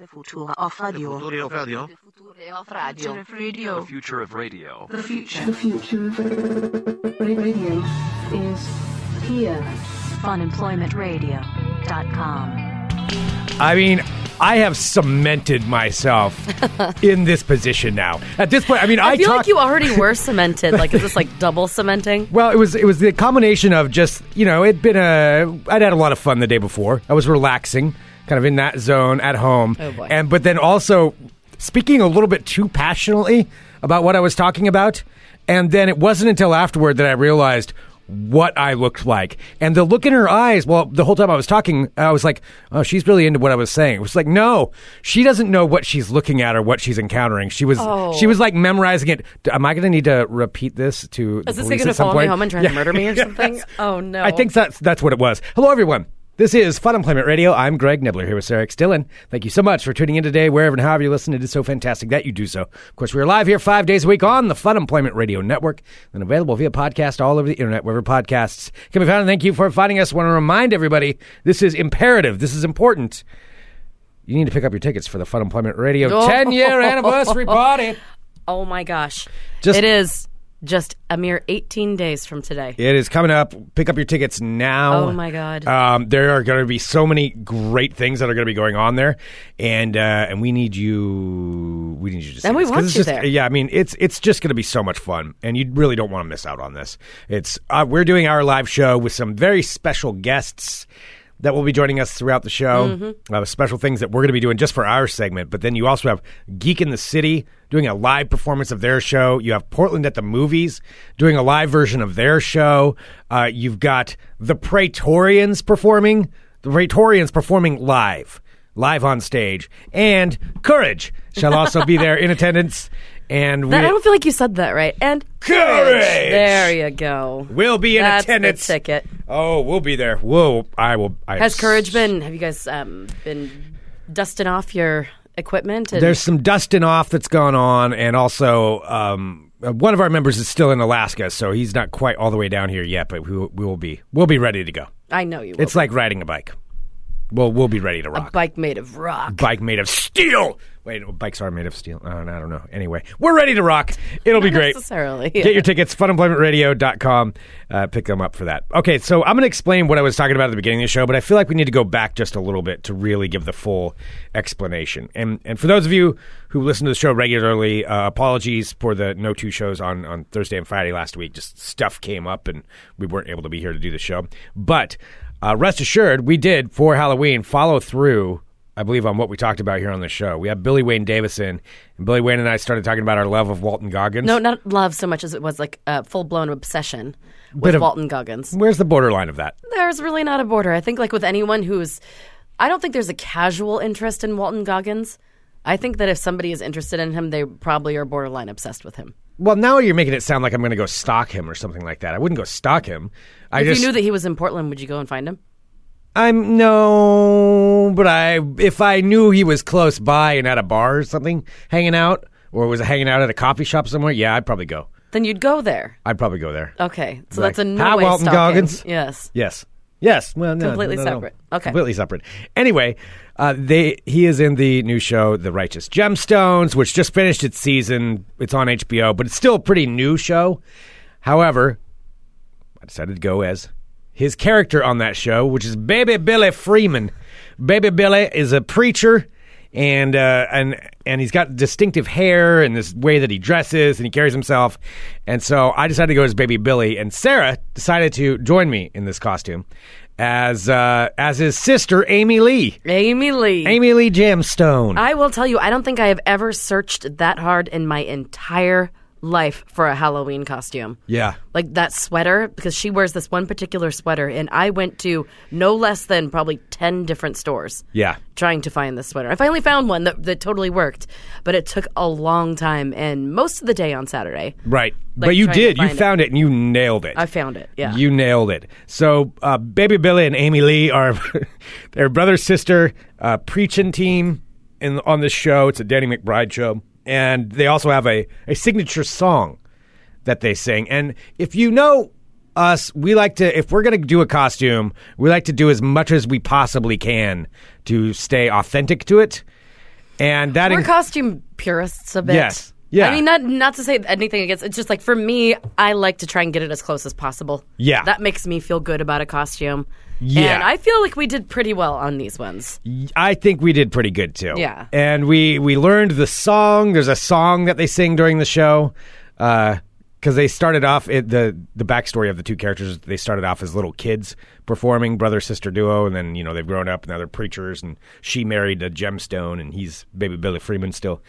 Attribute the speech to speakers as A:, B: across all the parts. A: The future of radio.
B: Future of radio.
A: Future of radio.
C: future of radio.
A: The future.
D: The future of radio is here.
A: Unemploymentradio.com.
E: I mean, I have cemented myself in this position now. At this point, I mean, I,
F: I feel
E: talk,
F: like you already were cemented. Like, is this like double cementing?
E: Well, it was it was the combination of just you know it'd been a I'd had a lot of fun the day before. I was relaxing, kind of in that zone at home.
F: Oh, boy.
E: And but then also speaking a little bit too passionately about what I was talking about, and then it wasn't until afterward that I realized what I looked like. And the look in her eyes, well, the whole time I was talking, I was like, oh, she's really into what I was saying. It was like, no, she doesn't know what she's looking at or what she's encountering. She was
F: Oh.
E: she was like memorizing it. D- Am I going to need to repeat this to
F: Is this
E: police
F: going to
E: at some
F: follow me
E: point.
F: home and try
E: Yeah.
F: to murder me or
E: Yeah,
F: something?
E: that's-
F: Oh no!
E: I think that's that's what it was. Hello, everyone. This is Fun Employment Radio. I'm Greg Nibbler here with Sarah X. Dillon. Thank you so much for tuning in today, wherever and however you listen. It is so fantastic that you do so. Of course, we are live here five days a week on the Fun Employment Radio Network and available via podcast all over the internet, wherever podcasts can be found. Thank you for finding us. want to remind everybody this is imperative, this is important. You need to pick up your tickets for the Fun Employment Radio 10 year anniversary party.
F: Oh my gosh!
E: Just-
F: it is just a mere 18 days from today.
E: It is coming up. Pick up your tickets now.
F: Oh, my God.
E: Um, there are going to be so many great things that are going to be going on there, and uh, and we need you. We need you to. see
F: And we
E: this, 'cause
F: want
E: it's
F: you
E: just-
F: there.
E: Yeah, I mean it's it's just going to be so much fun, and you really don't want to miss out on this. It's uh, we're doing our live show with some very special guests. That will be joining us throughout the show.
F: Mm-hmm.
E: Uh, special things that we're going to be doing just for our segment. But then you also have Geek in the City doing a live performance of their show. You have Portland at the Movies doing a live version of their show. Uh, you've got the Praetorians performing, the Praetorians performing live, live on stage. And Courage shall also be there in attendance. And
F: That, I
E: we,
F: don't feel like you said that right. And
E: Courage!
F: There you go.
E: will be in
F: That's the
E: attendance.
F: ticket.
E: Oh, we'll be there. Whoa, I will. I
F: Has courage been? Have you guys um, been dusting off your equipment? And
E: There's some dusting off that's gone on, and also um, uh, one of our members is still in Alaska, so he's not quite all the way down here yet. But we will, we will be we'll be ready to go.
F: I know you. Will.
E: It's like riding a bike. Well, we'll be ready to rock.
F: bike made of rock.
E: bike made of steel. Wait, bikes are made of steel. Uh, I don't know. Anyway, we're ready to rock. It'll be great.
F: necessarily, yeah.
E: Get your tickets, funemploymentradio.com. Uh, pick them up for that. Okay, so I'm going to explain what I was talking about at the beginning of the show, but I feel like we need to go back just a little bit to really give the full explanation. And and for those of you who listen to the show regularly, uh, apologies for the no two shows on, on Thursday and Friday last week. Just stuff came up and we weren't able to be here to do the show. But uh, rest assured, we did for Halloween follow through I believe, on what we talked about here on the show. We had Billy Wayne Davison, and Billy Wayne and I started talking about our love of Walton Goggins.
F: No, not love so much as it was like a full blown obsession with
E: of-
F: Walton Goggins.
E: Where's the borderline of that?
F: There's really not a border. I think, like with anyone who's, I don't think there's a casual interest in Walton Goggins. I think that if somebody is interested in him, they probably are borderline obsessed with him.
E: Well, now you're making it sound like I'm going to go stalk him or something like that. I wouldn't go stalk him. I
F: If
E: just,
F: you knew that he was in Portland, would you go and find him?
E: I'm no, but I if I knew he was close by and at a bar or something, hanging out, or was hanging out at a coffee shop somewhere, yeah, I'd probably go.
F: Then you'd go there.
E: I'd probably go there.
F: Okay, so
E: Like,
F: that's a no
E: "Hi,
F: way
E: Walton
F: stalking.
E: Goggins."
F: Yes.
E: Yes. Yes. Well, no,
F: Completely
E: no, no.
F: separate. Okay.
E: Completely separate. Anyway, uh, they he is in the new show, The Righteous Gemstones, which just finished its season. It's on HBO, but it's still a pretty new show. However, I decided to go as his character on that show, which is Baby Billy Freeman. Baby Billy is a preacher, and uh, and and he's got distinctive hair and this way that he dresses and he carries himself. And so I decided to go as Baby Billy, and Sarah decided to join me in this costume as uh, as his sister Amy Lee,
F: Amy Lee.
E: Amy Lee Jamstone.
F: I will tell you, I don't think I have ever searched that hard in my entire life for a Halloween costume.
E: yeah.
F: like that sweater because she wears this one particular sweater and i went to no less than probably 10 different stores
E: Yeah.
F: trying to find this sweater i finally found one that, that totally worked but it took a long time and most of the day on saturday
E: Right.
F: Like
E: but you
F: trying to
E: did. You
F: find it.
E: found it. and you nailed it.
F: i found it yeah
E: You nailed it. So, uh, Baby Billy and Amy Lee are their brother sister uh, preaching team in on this show. It's a Danny McBride show, and they also have a, a signature song that they sing. And if you know us, we like to if we're going to do a costume, we like to do as much as we possibly can to stay authentic to it. and that
F: We're
E: inc-
F: costume purists a bit.
E: Yes. Yeah.
F: I mean, not not to say anything against. It's just like for me, I like to try and get it as close as possible.
E: Yeah.
F: That makes me feel good about a costume.
E: Yeah.
F: And I feel like we did pretty well on these ones.
E: I think we did pretty good too.
F: Yeah.
E: And we we learned the song. There's a song that they sing during the show. Uh 'cause because they started off it, the the backstory of the two characters. They started off as little kids performing brother sister duo, and then you know they've grown up and now they're preachers. And she married a gemstone, and he's baby Billy Freeman still,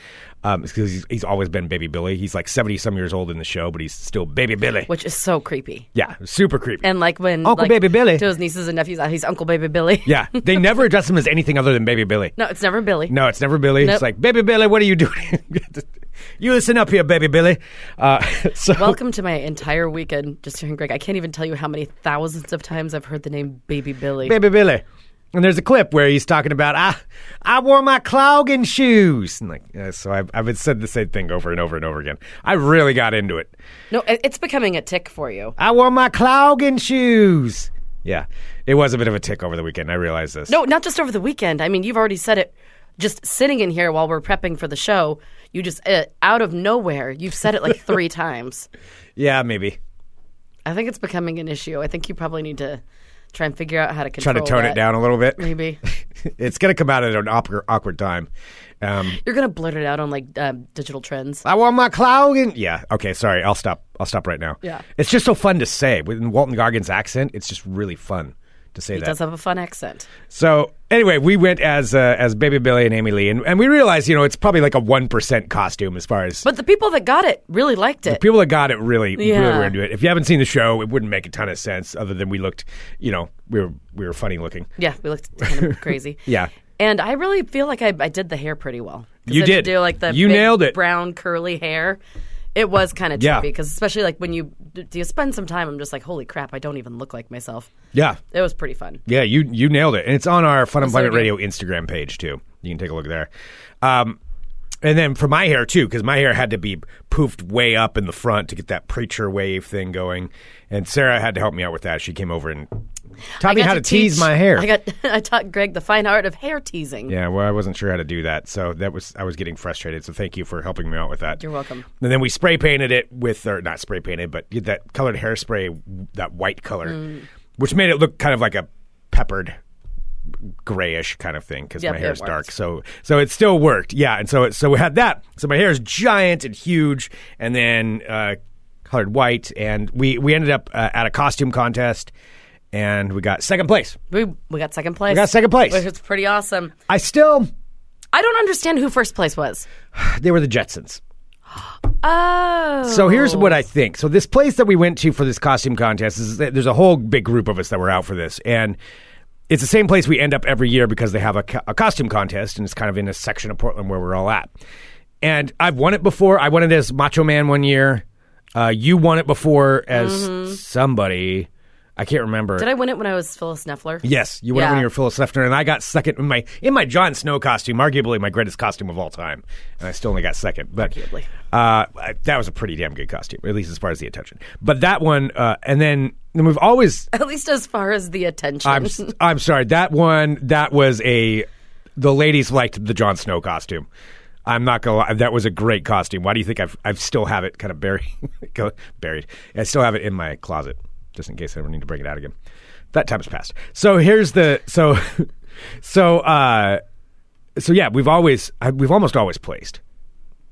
E: um, because he's, he's always been baby Billy. He's like seventy some years old in the show, but he's still baby Billy.
F: Which is so creepy.
E: Yeah, super creepy.
F: And like when
E: Uncle
F: like,
E: Baby Billy.
F: to his nieces and nephews, he's Uncle Baby Billy.
E: yeah, they never address him as anything other than baby Billy.
F: no, it's never Billy.
E: No, it's never Billy. It's
F: Nope.
E: like, baby Billy, what are you doing? you listen up here, baby Billy. Uh, so
F: Welcome to my entire weekend just hearing Greg. I can't even tell you how many thousands of times I've heard the name Baby Billy.
E: baby Billy. And there's a clip where he's talking about I I wore my clogging shoes. And like uh, so I've I've been said the same thing over and over and over again. I really got into it.
F: No, it- it's becoming a tick for you.
E: I wore my clogging shoes. Yeah. It was a bit of a tick over the weekend. I realized this.
F: No, Oh, not just over the weekend. I mean, you've already said it. Just sitting in here while we're prepping for the show, you just uh, out of nowhere, you've said it like three times.
E: Yeah, maybe.
F: I think it's becoming an issue. I think you probably need to try and figure out how to
E: Try
F: control.
E: to tone
F: Oh, that.
E: it down a little bit.
F: Maybe
E: it's gonna come out at an awkward, awkward time. Um,
F: you're gonna blurt it out on like um, digital trends.
E: I want my clown. in- Yeah. Okay. Sorry. I'll stop. I'll stop right now.
F: Yeah.
E: It's just so fun to say with Walton Goggins' accent. It's just really fun to say
F: It
E: that.
F: does have a fun accent.
E: So anyway, we went as uh, as Baby Billy and Amy Lee, and, and we realized you know it's probably like a one percent costume as far as
F: But the people that got it really liked it.
E: people that got it really really
F: Yeah.
E: were into it. If you haven't seen the show, it wouldn't make a ton of sense other than we looked, you know, we were we were funny looking.
F: yeah, we looked kind of crazy.
E: Yeah.
F: And I really feel like I, I did the hair pretty well. 'Cause
E: You
F: I
E: did.
F: do like the
E: You
F: big
E: nailed it.
F: brown curly hair. It was kind of
E: Yeah.
F: trippy because especially like when you do you spend some time, I'm just like, holy crap, I don't even look like myself.
E: Yeah.
F: It was pretty fun.
E: Yeah, you you nailed it, and it's on our Fun Employment
F: good.
E: Radio Instagram page too. You can take a look there. Um, and then for my hair too, because my hair had to be poofed way up in the front to get that preacher wave thing going, and Sarah had to help me out with that. She came over and taught me
F: got
E: how to,
F: to
E: tease
F: teach-
E: my hair.
F: I got I taught Greg the fine art of hair teasing.
E: yeah, well, I wasn't sure how to do that, so that was I was getting frustrated. So thank you for helping me out with that.
F: You're welcome.
E: And then we spray painted it with, or not spray painted, but did that colored hairspray, that white color,
F: Mm.
E: which made it look kind of like a peppered grayish kind of thing because
F: Yep,
E: my
F: it
E: hair is dark.
F: worked.
E: So so it still worked. Yeah, and so it, so we had that. So my hair is giant and huge, and then uh, colored white, and we we ended up uh, at a costume contest, and we got second place.
F: We we got second place. We
E: got second place.
F: Which is pretty awesome.
E: I still
F: I don't understand who first place was.
E: they were the Jetsons.
F: Oh.
E: So here's what I think. So this place that we went to for this costume contest is there's a whole big group of us that were out for this, and it's the same place we end up every year because they have a, co- a costume contest, and it's kind of in a section of Portland where we're all at. And I've won it before. I won it as Macho Man one year. Uh, you won it before as somebody. I can't remember.
F: Mm-hmm. Did I win it when I was Phyllis Neffler?
E: Yes, you went
F: Yeah.
E: when you were Phyllis Lefner, and I got second in my in my Jon Snow costume, arguably my greatest costume of all time, and I still only got second. But
F: Arguably.
E: uh, I- that was a pretty damn good costume, at least as far as the attention. But that one, uh, and then then we've always
F: At least as far as the attention.
E: I'm s- I'm sorry that one that was a the ladies liked the Jon Snow costume. I'm not gonna lie, that was a great costume. Why do you think I've I've still have it kind of buried go- buried? I still have it in my closet just in case I ever need to bring it out again. That time's passed. So here's the so so uh so yeah we've always I- we've almost always placed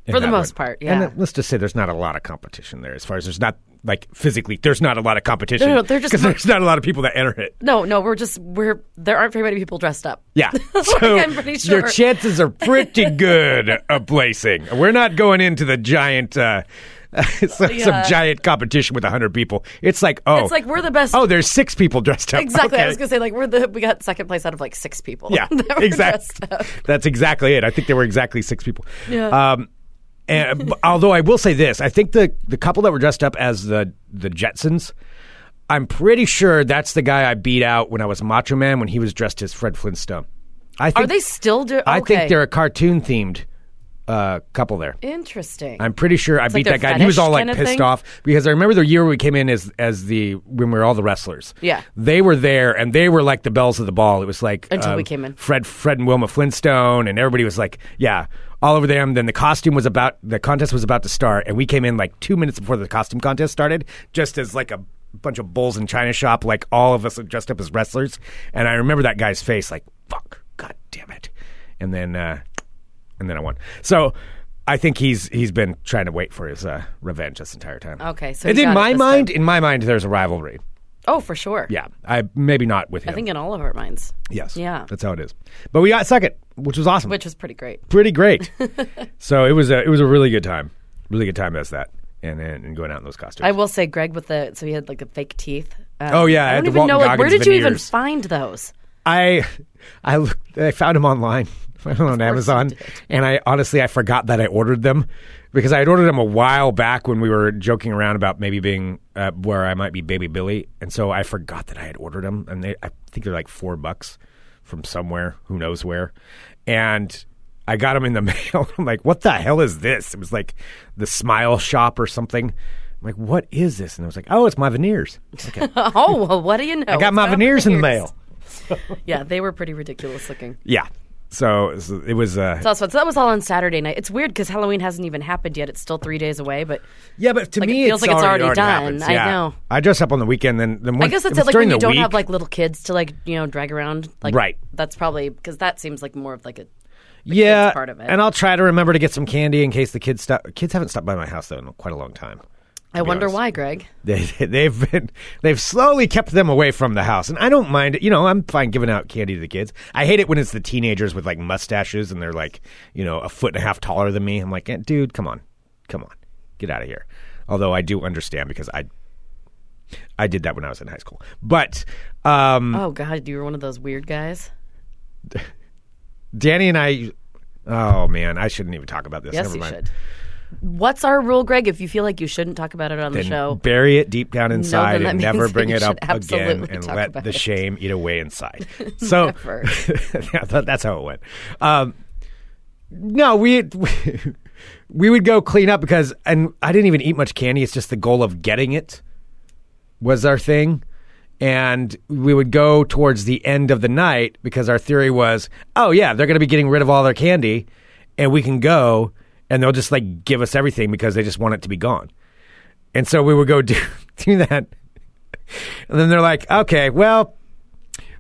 E: in
F: For the
E: that
F: most
E: one.
F: part,
E: And
F: yeah.
E: then let's just say there's not a lot of competition there as far as there's not like physically there's not a lot of competition
F: No, no, they're just-
E: 'cause there's not a lot of people that enter it.
F: No, no, we're just we're there aren't very many people dressed up.
E: Yeah.
F: Like,
E: So
F: I'm pretty sure.
E: your chances are pretty good of placing. We're not going into the giant, uh, some, some
F: Yeah.
E: giant competition with 100 people. It's like, oh.
F: It's like we're the best.
E: Oh, there's six people dressed up.
F: exactly.
E: Okay.
F: I was gonna say like we're the we got second place out of like six people.
E: Yeah,
F: that were dressed
E: exactly.
F: up.
E: That's exactly it. I think there were exactly six people.
F: Yeah.
E: Um, and, but although I will say this, I think the the couple that were dressed up as the the Jetsons, I'm pretty sure that's the guy I beat out when I was Macho Man when he was dressed as Fred Flintstone. I think
F: Are they still doing?
E: I think they're a cartoon themed uh, couple there.
F: Interesting.
E: I'm pretty sure I beat
F: their
E: that guy. He was
F: fetish
E: all like
F: kind of
E: pissed
F: thing?
E: off because I remember the year we came in as as the when we were all the wrestlers.
F: Yeah.
E: they were there and they were like the bells of the ball. It was like um,
F: Until we came in.
E: Fred, Fred and Wilma Flintstone, and everybody was like, yeah, all over them. Then the costume was about the contest was about to start, and we came in like two minutes before the costume contest started, just as like a bunch of bulls in china shop, like all of us dressed up as wrestlers. And I remember that guy's face, like fuck, god damn it. And then uh, and then I won. So I think he's he's been trying to wait for his uh, revenge this entire time.
F: Okay, so
E: and
F: he
E: in
F: got it
E: my
F: this
E: mind, in my mind, there's a rivalry.
F: oh, for sure.
E: Yeah, I maybe not with him.
F: I think in all of our minds,
E: yes,
F: yeah.
E: that's how it is. But we got second, which was awesome,
F: which was pretty great.
E: pretty great. so it was a it was a really good time, really good time as that, and and, and going out in those costumes.
F: I will say, Greg, with the so he had like the fake teeth. Um,
E: Oh, yeah, I
F: I
E: had
F: don't
E: the
F: even know
E: Walton
F: like where
E: Goggins
F: did you even
E: veneers.
F: find those?
E: I I looked I found them online. I found them on Amazon and I honestly I forgot that I ordered them because I had ordered them a while back when we were joking around about maybe being uh, where I might be baby Billy and so I forgot that I had ordered them and they I think they're like 4 bucks from somewhere who knows where and I got them in the mail. I'm like, what the hell is this? It was like the Smile Shop or something. I'm like, what is this? And I was like, oh, it's my veneers. Okay.
F: Oh well, what do you know?
E: I got my veneers in the mail.
F: Yeah, they were pretty ridiculous looking.
E: Yeah. So, so it was uh,
F: So that's what- so that was all on Saturday night. It's weird because Halloween hasn't even happened yet. It's still three days away, but
E: Yeah, but to
F: Like, it
E: me,
F: feels
E: it's
F: like it's
E: already,
F: already
E: already
F: done.
E: happens.
F: I
E: Yeah.
F: know.
E: I dress up on the weekend, then then
F: I
E: when,
F: guess
E: if
F: that's it. Like
E: during
F: when you
E: the
F: don't
E: week,
F: have like little kids to like you know drag around. Like,
E: Right.
F: That's probably because that seems like more of like a
E: yeah,
F: part of it.
E: And I'll try to remember to get some candy in case the kids stop. Kids haven't stopped by my house though in quite a long time.
F: I wonder
E: honest.
F: why, Greg.
E: They they've been they've slowly kept them away from the house, and I don't mind. it. You know, I'm fine giving out candy to the kids. I hate it when it's the teenagers with like mustaches and they're like you know a foot and a half taller than me. I'm like, eh, dude, come on, come on, get out of here. Although I do understand because I I did that when I was in high school, but. um
F: Oh God, you were one of those weird guys.
E: Danny and I. Oh man, I shouldn't even talk about this.
F: Yes,
E: Never
F: you
E: mind.
F: should. What's our rule, Greg? If you feel like you shouldn't talk about it on
E: Then
F: the show,
E: bury it deep down inside
F: that
E: and
F: means
E: never
F: that
E: bring
F: you
E: it up
F: should
E: again
F: absolutely
E: and
F: talk
E: let
F: about
E: the
F: it.
E: shame eat away inside. So
F: Never.
E: yeah, that, that's how it went. Um, no, we, we would go clean up because, and I didn't even eat much candy. It's just the goal of getting it was our thing. And we would go towards the end of the night because our theory was, oh yeah, they're going to be getting rid of all their candy, and we can go, and they'll just like give us everything because they just want it to be gone. And so we would go do do that, and then they're like, okay, well,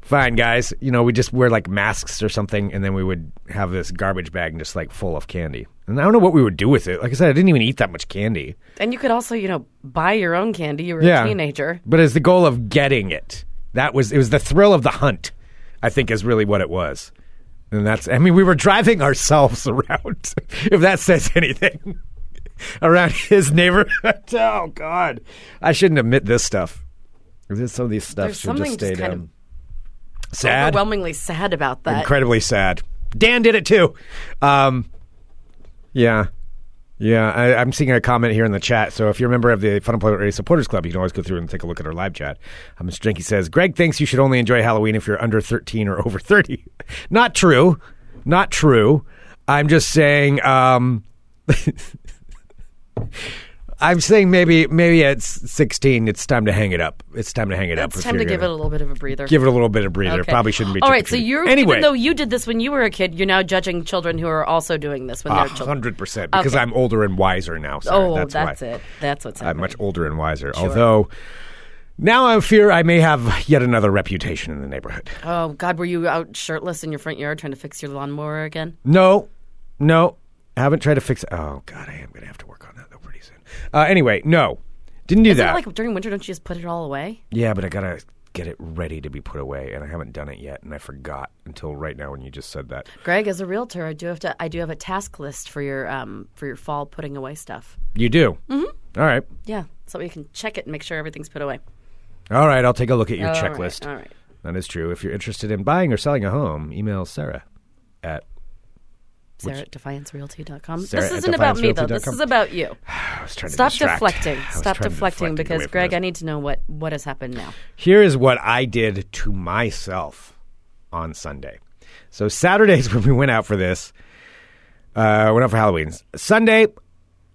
E: fine, guys. You know, we just wear like masks or something, and then we would have this garbage bag just like full of candy. And I don't know what we would do with it. Like I said, I didn't even eat that much candy.
F: and you could also you know buy your own candy. You were a teenager.
E: But it's the goal of getting it. That was it was the thrill of the hunt, I think is really what it was. And that's I mean, we were driving ourselves around, if that says anything. around his neighborhood. Oh God. I shouldn't admit this stuff. This- Some of these stuff
F: There's
E: should just
F: something
E: stay
F: just kind
E: down. Sad.
F: Overwhelmingly sad about that.
E: Incredibly sad. Dan did it too. Um, yeah. Yeah, I, I'm seeing a comment here in the chat. So if you're a member of the Fun Employment Radio Supporters Club, you can always go through and take a look at our live chat. Um, Mr. Jenke says, Greg thinks you should only enjoy Halloween if you're under 13 or over 30. Not true. Not true. I'm just saying. Um, I'm saying maybe maybe at 16 it's time to hang it up. It's time to hang it up.
F: It's
E: if
F: time
E: you're
F: to give it
E: gonna-
F: a little bit of a breather.
E: give it a little bit of breather.
F: Okay.
E: Probably shouldn't be.
F: All right, so
E: trick-or-treating.
F: you're
E: anyway.
F: even though you did this when you were a kid, you're now judging children who are also doing this when
E: A
F: they're children.
E: hundred percent because
F: Okay.
E: I'm older and wiser now. So
F: Oh,
E: that's,
F: that's,
E: why.
F: it. That's what's
E: I'm
F: happening.
E: much older and wiser. Although now I fear I may have yet another reputation in the neighborhood.
F: oh God, were you out shirtless in your front yard trying to fix your lawnmower again?
E: No, no, I haven't tried to fix. Oh God, I am going to have to work on that though pretty soon. Uh, anyway, no, didn't do
F: Isn't it
E: that.
F: like during winter, don't you just put it all away?
E: yeah, but I gotta get it ready to be put away, and I haven't done it yet, and I forgot until right now when you just said that.
F: Greg, as a realtor, I do have to. I do have a task list for your um for your fall putting away stuff.
E: You do. Mm-hmm. All right,
F: Yeah, so you can check it and make sure everything's put away.
E: all right. I'll take a look at your
F: All right,
E: checklist.
F: all right.
E: That is true. If you're interested in buying or selling a home, email Sarah at
F: Sarah at defiancerealty.com.
E: Sarah
F: this
E: at
F: isn't about me though. This
E: defiancerealty.com.
F: is about you.
E: I was trying to
F: Stop
E: distract.
F: deflecting.
E: I was
F: Stop
E: trying to
F: deflecting
E: deflect away
F: because
E: from
F: Greg,
E: this.
F: I need to know what what has happened now.
E: Here is what I did to myself on Sunday. So Saturdays when we went out for this, Uh, went out for Halloween. Sunday,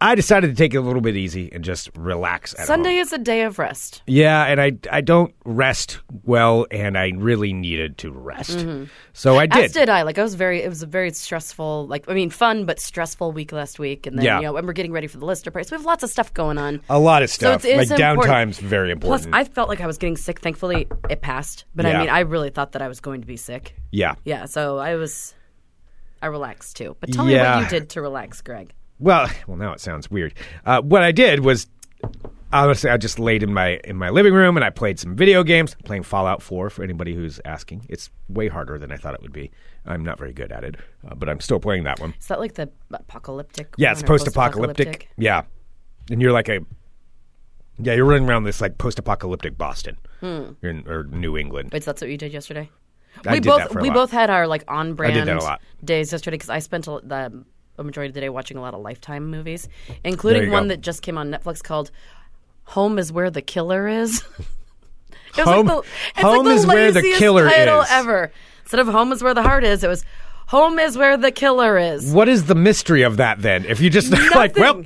E: I decided to take it a little bit easy and just relax. At home.
F: Sunday is a day of rest.
E: Yeah, and I I don't rest well, and I really needed to rest, so I did.
F: Mm-hmm. As did I. Like I was very. It was a very stressful. Like I mean, fun but stressful week last week. And then
E: Yeah.
F: you know, and we're getting ready for the lister party. So we have lots of stuff going on.
E: a lot of
F: So
E: stuff.
F: it's- it
E: like
F: is important.
E: downtime's very
F: Plus,
E: important.
F: I felt like I was getting sick. Thankfully, it passed. But
E: Yeah.
F: I mean, I really thought that I was going to be sick.
E: yeah.
F: Yeah. So I was. I relaxed too. But tell
E: Yeah.
F: me what you did to relax, Greg.
E: Well, well, now it sounds weird. Uh, what I did was, honestly, I just laid in my in my living room and I played some video games. Playing Fallout Four for anybody who's asking. It's way harder than I thought it would be. I'm not very good at it, uh, but I'm still playing that one.
F: Is that like the apocalyptic?
E: Yeah, it's
F: one or
E: post-apocalyptic. Yeah, and you're like a yeah, you're running around this like post-apocalyptic Boston You're in, or New England.
F: Wait, so that's what you did yesterday.
E: I
F: Hmm. we
E: did
F: both
E: that for a
F: we
E: lot.
F: both had our like on brand
E: did that a lot.
F: days yesterday because I spent a, the a majority of the day watching a lot of Lifetime movies,
E: There
F: including
E: you
F: one
E: go.
F: that just came on Netflix called "Home Is Where the Killer Is." it was
E: Home-
F: like the, it's
E: Home
F: like the
E: is Where the
F: laziest
E: Killer
F: title
E: Is.
F: ever. Instead of "Home Is Where the Heart Is," it was "Home Is Where the Killer Is."
E: What is the mystery of that then? If you just like, well,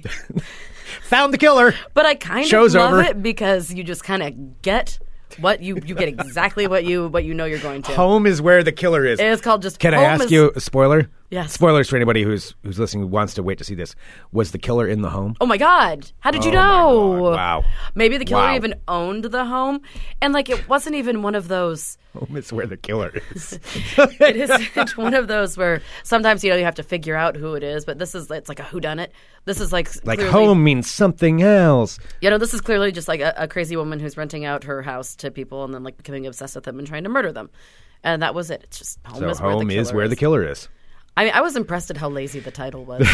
E: found the killer.
F: But I kind
E: Show's
F: of love
E: over.
F: it because you just kind of get what you you get exactly what you what you know you're going to.
E: Home is where the killer is.
F: It's called just.
E: Can I
F: Home
E: ask
F: is-
E: you a spoiler?
F: Yes.
E: Spoilers for anybody who's who's listening who wants to wait to see this. Was the killer in the home?
F: Oh my God! How did you
E: Oh my
F: know?
E: God, wow.
F: Maybe the killer
E: Wow.
F: even owned the home, and like it wasn't even one of those.
E: Home is where the killer is.
F: It isn't one of those where sometimes you know you have to figure out who it is, but this is it's like a whodunit. This is like
E: like
F: clearly-
E: home means something else.
F: You know, this is clearly just like a, a crazy woman who's renting out her house to people and then like becoming obsessed with them and trying to murder them. And that was it. It's just home
E: So
F: is where
E: home
F: the killer
E: is where the killer is.
F: I mean, I was impressed at how lazy the title was.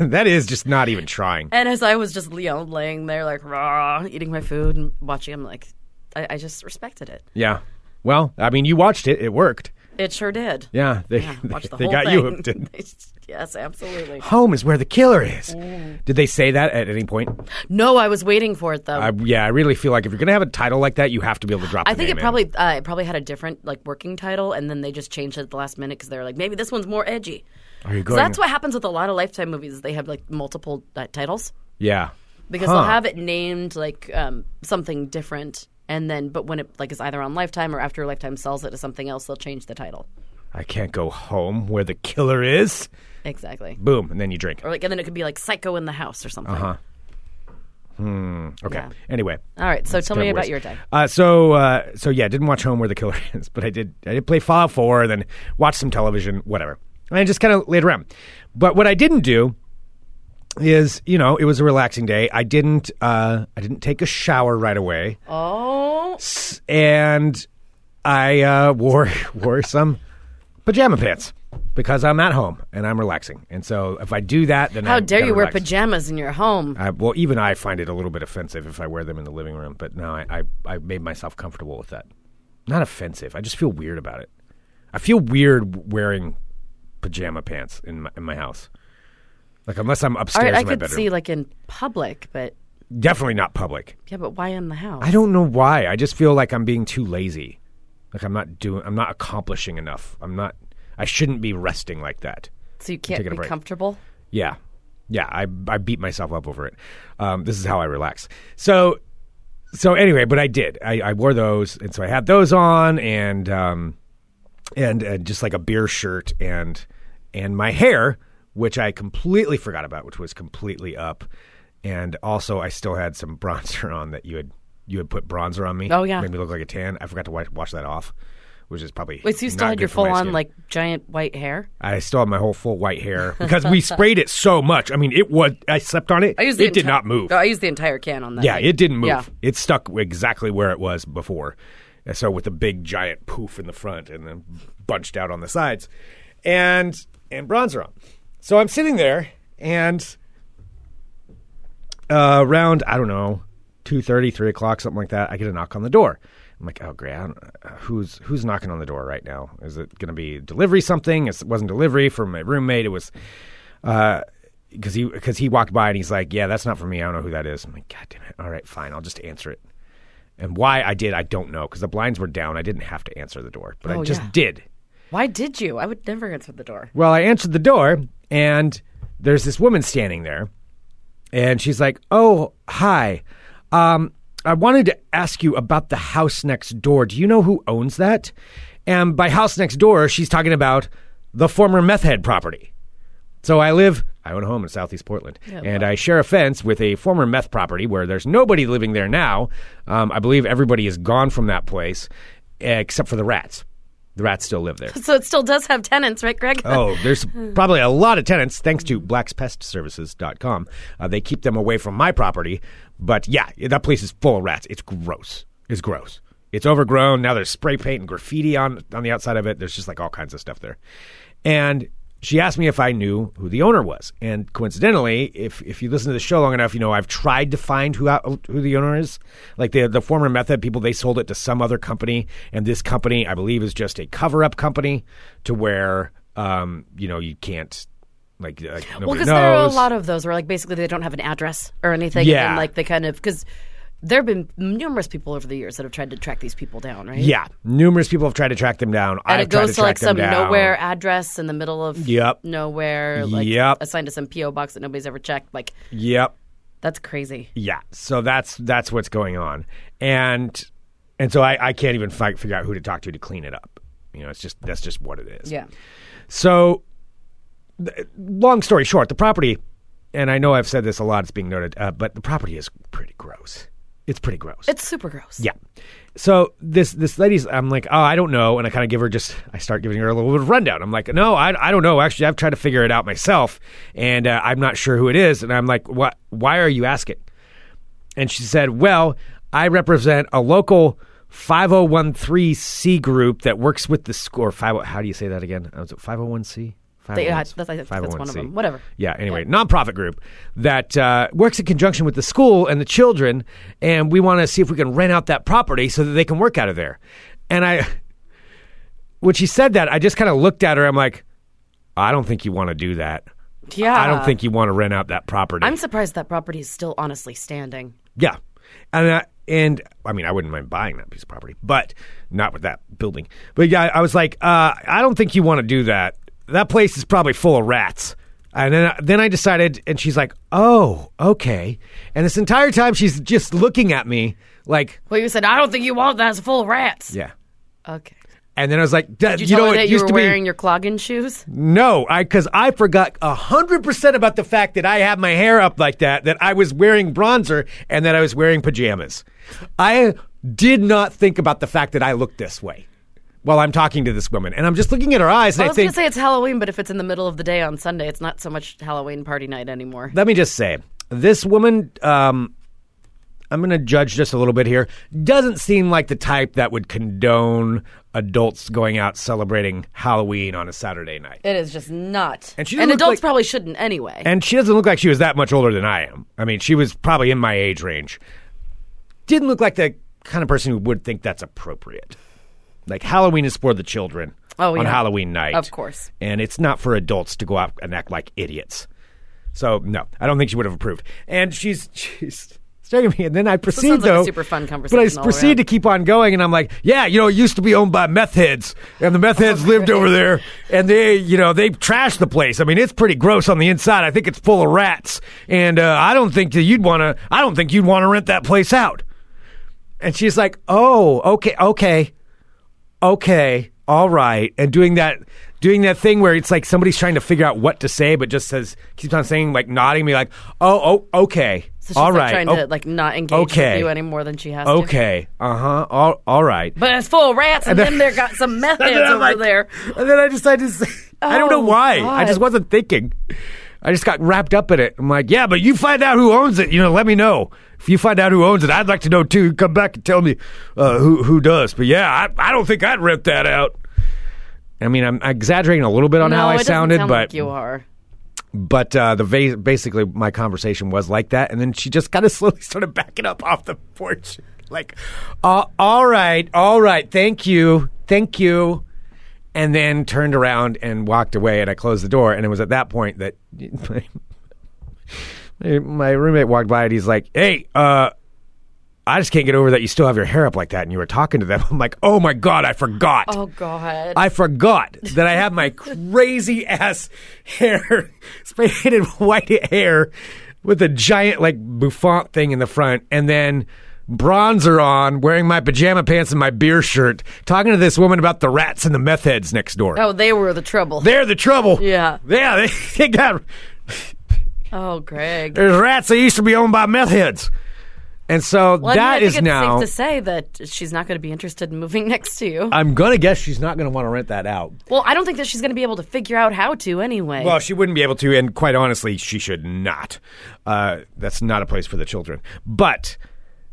E: that is just not even trying.
F: And as I was just, you know, laying there like raw, eating my food and watching, I'm like, I, I just respected it.
E: Yeah. Well, I mean, you watched it. It worked.
F: It sure did.
E: Yeah. They,
F: Watch
E: they,
F: the
E: they
F: whole
E: got
F: thing.
E: you hooked. In.
F: yes, absolutely.
E: Home is where the killer is. Did they say that at any point?
F: No, I was waiting for it though.
E: I,
F: I,
E: yeah, I really feel like if you're going to have a title like that, you have to be able to drop. the
F: think
E: name
F: it
E: in.
F: probably uh, it probably had a different like working title, and then they just changed it at the last minute because they were like, maybe this one's more edgy.
E: Are you
F: 'Cause
E: going?
F: that's what happens with a lot of Lifetime movies. is They have like multiple uh, titles
E: Yeah.
F: because
E: Huh.
F: they'll have it named like um, something different, and then but when it like is either on Lifetime or after Lifetime sells it to something else, they'll change the title.
E: I can't go home where the killer is.
F: Exactly.
E: Boom, and then you drink.
F: Or like, and then it could be like Psycho in the House or something.
E: Uh-huh. Okay.
F: yeah.
E: Anyway,
F: All right, so tell me
E: kinda
F: about
E: worse.
F: your day.
E: Uh, so, uh, so yeah, didn't watch Home Where the Killer Is, but I did. I did play Fallout Four, then watched some television, whatever. And I just kind of laid around. But what I didn't do is, you know, it was a relaxing day. I didn't. Uh, I didn't take a shower right away,
F: Oh,
E: S- and I uh, wore wore some pajama pants because I'm at home and I'm relaxing. And so, if I do that, then
F: how
E: I'm
F: dare
E: gonna
F: you wear
E: relax.
F: pajamas in your home?
E: I, well, even I find it a little bit offensive if I wear them in the living room, but now I, I, I made myself comfortable with that. Not offensive. I just feel weird about it. I feel weird wearing pajama pants in my, in my house. Like, unless I'm
F: All
E: upstairs
F: right, I
E: in my
F: could
E: bedroom.
F: see like in public, but
E: Definitely not public.
F: yeah, but why in the house?
E: I don't know why. I just feel like I'm being too lazy. Like, I'm not doing, I'm not accomplishing enough. I'm not, I shouldn't be resting like that.
F: so you can't
E: taking a
F: be
E: break.
F: comfortable.
E: Yeah. Yeah, I I beat myself up over it. Um, this is how I relax. So so anyway, but I did. I, I wore those and so I had those on and um and uh, just like a beer shirt and and my hair, which I completely forgot about, which was completely up. And also I still had some bronzer on that you had you had put bronzer on me.
F: Oh, yeah.
E: Made me look like a tan. I forgot to wash, wash that off. Which is probably
F: Wait, so you still
E: not
F: had
E: good
F: your
E: for
F: full
E: my
F: on
E: skin.
F: like giant white hair?
E: I still have my whole full white hair because we sprayed it so much. I mean, it was I slept on it.
F: I used the
E: it did
F: enti-
E: not move.
F: No, I used the entire can on that.
E: yeah,
F: thing.
E: it didn't move.
F: Yeah.
E: It stuck exactly where it was before. And so with the big giant poof in the front and then bunched out on the sides, and and bronzer on. So I'm sitting there and uh, around I don't know two thirty, three o'clock, something like that. I get a knock on the door. I'm like, oh great, I don't, uh, who's who's knocking on the door right now? Is it going to be delivery something? It wasn't delivery for my roommate. It was because he because he walked by and he's like, yeah, that's not for me. I don't know who that is. I'm like, god damn it. All right, fine, I'll just answer it. And why I did, I don't know, because the blinds were down. I didn't have to answer the door, but I
F: Oh,
E: just
F: yeah.
E: did.
F: Why did you? I would never answer the door.
E: Well, I answered the door, and there's this woman standing there, and she's like, "Oh, hi. Um, I wanted to ask you about the house next door. Do you know who owns that?" And by house next door, she's talking about the former meth head property. So I live, I own a home in Southeast Portland, and I share a fence with a former meth property where there's nobody living there now. Um, I believe everybody is gone from that place except for the rats. The rats still live there.
F: So it still does have tenants, right, Greg?
E: Oh, there's probably a lot of tenants thanks to blackspestservices.com. Uh, they keep them away from my property, but yeah, that place is full of rats. It's gross. It's gross. It's overgrown. Now there's spray paint and graffiti on on the outside of it. There's just like all kinds of stuff there. And she asked me if I knew who the owner was. And coincidentally, if if you listen to the show long enough, you know I've tried to find who out, who the owner is. Like the the former method people, they sold it to some other company, and this company, I believe, is just a cover up company to where um you know you can't like, like
F: well,
E: nobody
F: because there are a
E: knows.
F: lot of those where, like, basically they don't have an address or anything.
E: Yeah.
F: And, like, they kind of, because there have been numerous people over the years that have tried to track these people down, right?
E: yeah, numerous people have tried to track them down. I've
F: And it
E: tried
F: goes to, like
E: track them
F: some
E: down.
F: nowhere address in the middle of
E: Yep.
F: nowhere, like
E: Yep.
F: assigned to some PO box that nobody's ever checked. Like
E: Yep.
F: that's crazy.
E: Yeah, so that's that's what's going on, and and so I, I can't even fi- figure out who to talk to to clean it up. You know, it's just that's just what it is.
F: Yeah,
E: So, th- long story short, the property, and I know I've said this a lot. It's being noted, uh, but the property is pretty gross. It's pretty gross.
F: it's super gross.
E: Yeah. So this this lady's, I'm like, oh, I don't know, and I kind of give her just, I start giving her a little bit of rundown. I'm like, no, I, I don't know. Actually, I've tried to figure it out myself, and uh, I'm not sure who it is. And I'm like, what? Why are you asking? And she said, well, I represent a local. 5013C group that works with the score. Five, oh, how do you say that again? Uh, is it 501C?
F: They- yeah, that's- I think that's one of
E: 501c.
F: them. Whatever.
E: Yeah. Anyway, nonprofit group that uh, works in conjunction with the school and the children, and we want to see if we can rent out that property so that they can work out of there. And I, when she said that, I just kind of looked at her. I'm like, I don't think you want to do that.
F: yeah.
E: I don't think you want to rent out that property.
F: I'm surprised that property is still honestly standing.
E: Yeah, and I, and I mean, I wouldn't mind buying that piece of property, but not with that building. But yeah, I was like, uh, I don't think you want to do that. That place is probably full of rats. And then, uh, then I decided, and she's like, "Oh, okay." And this entire time, she's just looking at me like,
F: Well, you said I don't think you want that. It's full of rats.
E: "Yeah."
F: Okay.
E: And then I was like, "That-
F: Did
E: "You,
F: you, tell
E: know,
F: her
E: it
F: that you
E: used
F: were
E: to be
F: wearing your clogging shoes?
E: no." I because I forgot hundred percent about the fact that I have my hair up like that, that I was wearing bronzer, and that I was wearing pajamas. I did not think about the fact that I looked this way while I'm talking to this woman, and I'm just looking at her eyes, and
F: I
E: I,
F: was
E: think,
F: gonna say it's Halloween, but if it's in the middle of the day on Sunday, it's not so much Halloween party night anymore.
E: let me just say, this woman, um, I'm going to judge just a little bit here, doesn't seem like the type that would condone adults going out celebrating Halloween on a Saturday night.
F: It is just not.
E: And she
F: and
E: didn't look
F: adults
E: like-
F: probably shouldn't anyway.
E: And she doesn't look like she was that much older than I am. I mean, she was probably in my age range. Didn't look like the kind of person who would think that's appropriate. Like Halloween is for the children
F: Oh,
E: on
F: yeah.
E: Halloween night.
F: Of course.
E: And it's not for adults to go out and act like idiots. So, no, I don't think she would have approved. And she's she's staring at me and then I proceed
F: sounds like a
E: though
F: super fun
E: But
F: conversation
E: I
F: all
E: proceed
F: around.
E: to keep on going and I'm like, "Yeah, you know, it used to be owned by meth heads and the meth
F: Oh,
E: heads lived over there and they, you know, they trashed the place. I mean, it's pretty gross on the inside. I think it's full of rats. And uh, I don't think that you'd want to I don't think you'd want to rent that place out." And she's like, "Oh, okay, okay, okay, all right." And doing that, doing that thing where it's like somebody's trying to figure out what to say, but just says keeps on saying like nodding me like, "Oh, oh, okay,
F: so she's
E: all
F: like,
E: right,
F: trying
E: oh,
F: to like not engage
E: okay.
F: with you any more than she has to.
E: okay, uh huh, all, all right."
F: But it's full of rats, and
E: then-
F: then there got some meth
E: And
F: heads
E: then I'm
F: over
E: like-
F: there.
E: And then I decided to say, I don't know
F: Oh,
E: why. I
F: God.
E: just wasn't thinking. I just got wrapped up in it. I'm like, yeah, but you find out who owns it. You know, let me know. If you find out who owns it, I'd like to know too. Come back and tell me uh, who who does. But yeah, I, I don't think I'd rent that out. I mean, I'm exaggerating a little bit on
F: no,
E: how
F: it
E: I
F: doesn't
E: sounded,
F: sound
E: but
F: like you are.
E: but uh, the va- basically my conversation was like that, and then she just kind of slowly started backing up off the porch, like, uh, "All right, all right, thank you, thank you," and then turned around and walked away, and I closed the door, and it was at that point that my, my roommate walked by, and he's like, "Hey, uh, I just can't get over that you still have your hair up like that and you were talking to them. I'm like, oh my God, I forgot.
F: Oh God.
E: I forgot that I have my crazy ass hair, spray painted white hair with a giant like bouffant thing in the front and then bronzer on, wearing my pajama pants and my beer shirt, talking to this woman about the rats and the meth heads next door.
F: oh, they were the trouble.
E: They're the trouble.
F: Yeah.
E: Yeah, they, they got
F: oh, Greg.
E: there's rats that used to be owned by meth heads. And so
F: Well, I mean, I
E: that
F: think
E: is
F: it's
E: now
F: safe to say that she's not going to be interested in moving next to you.
E: I'm gonna guess she's not gonna want to rent that out.
F: well, I don't think that she's going to be able to figure out how to anyway.
E: Well, she wouldn't be able to, and quite honestly, she should not. Uh, that's not a place for the children. But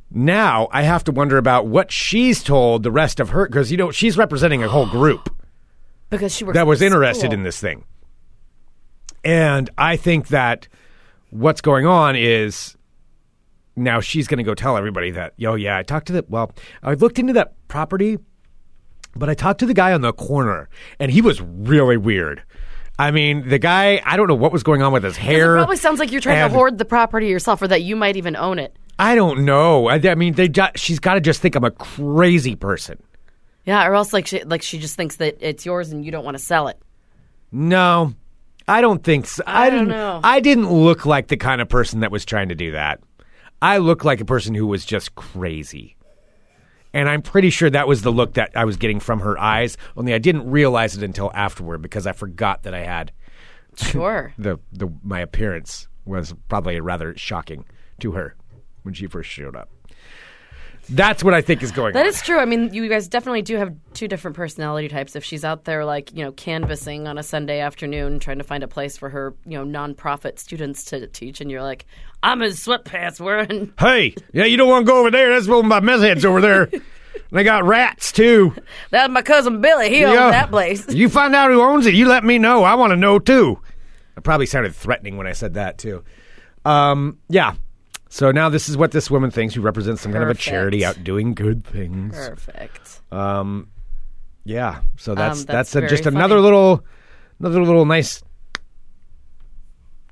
E: now I have to wonder about what she's told the rest of her, because you know she's representing a whole group
F: because she works
E: that
F: at
E: was
F: the
E: interested
F: school.
E: in this thing, and I think that what's going on is now she's going to go tell everybody that, yo, yeah, I talked to the well, I looked into that property but I talked to the guy on the corner, and he was really weird. I mean, the guy, I don't know what was going on with his hair.
F: It probably sounds like you're trying
E: and-
F: to hoard the property yourself, or that you might even own it.
E: I don't know. I, I mean, they got, she's got to just think I'm a crazy person.
F: Yeah, or else like she like she just thinks that it's yours and you don't want to sell it.
E: No, I don't think so. I,
F: I don't
E: didn't,
F: know.
E: I didn't look like the kind of person that was trying to do that. I looked like a person who was just crazy. And I'm pretty sure that was the look that I was getting from her eyes, only I didn't realize it until afterward because I forgot that I had
F: Sure.
E: the, the my appearance was probably rather shocking to her when she first showed up. That's what I think is going
F: That
E: on.
F: is true. I mean, you guys definitely do have two different personality types. If she's out there, like, you know, canvassing on a Sunday afternoon, trying to find a place for her, you know, nonprofit students to teach, and you're like, I'm in sweatpants wearing.
E: hey, yeah, you don't want to go over there. That's one of my meth heads over there. and they got rats too.
F: That's my cousin Billy. He owns
E: Yeah.
F: that place.
E: You find out who owns it, you let me know. I want to know too. I probably sounded threatening when I said that too. Um, yeah. So now this is what this woman thinks who represents some kind of a
F: Perfect.
E: charity out doing good things.
F: Perfect.
E: Um, yeah. So that's that's,
F: Um, that's
E: a,
F: very
E: just
F: funny.
E: another little, another little nice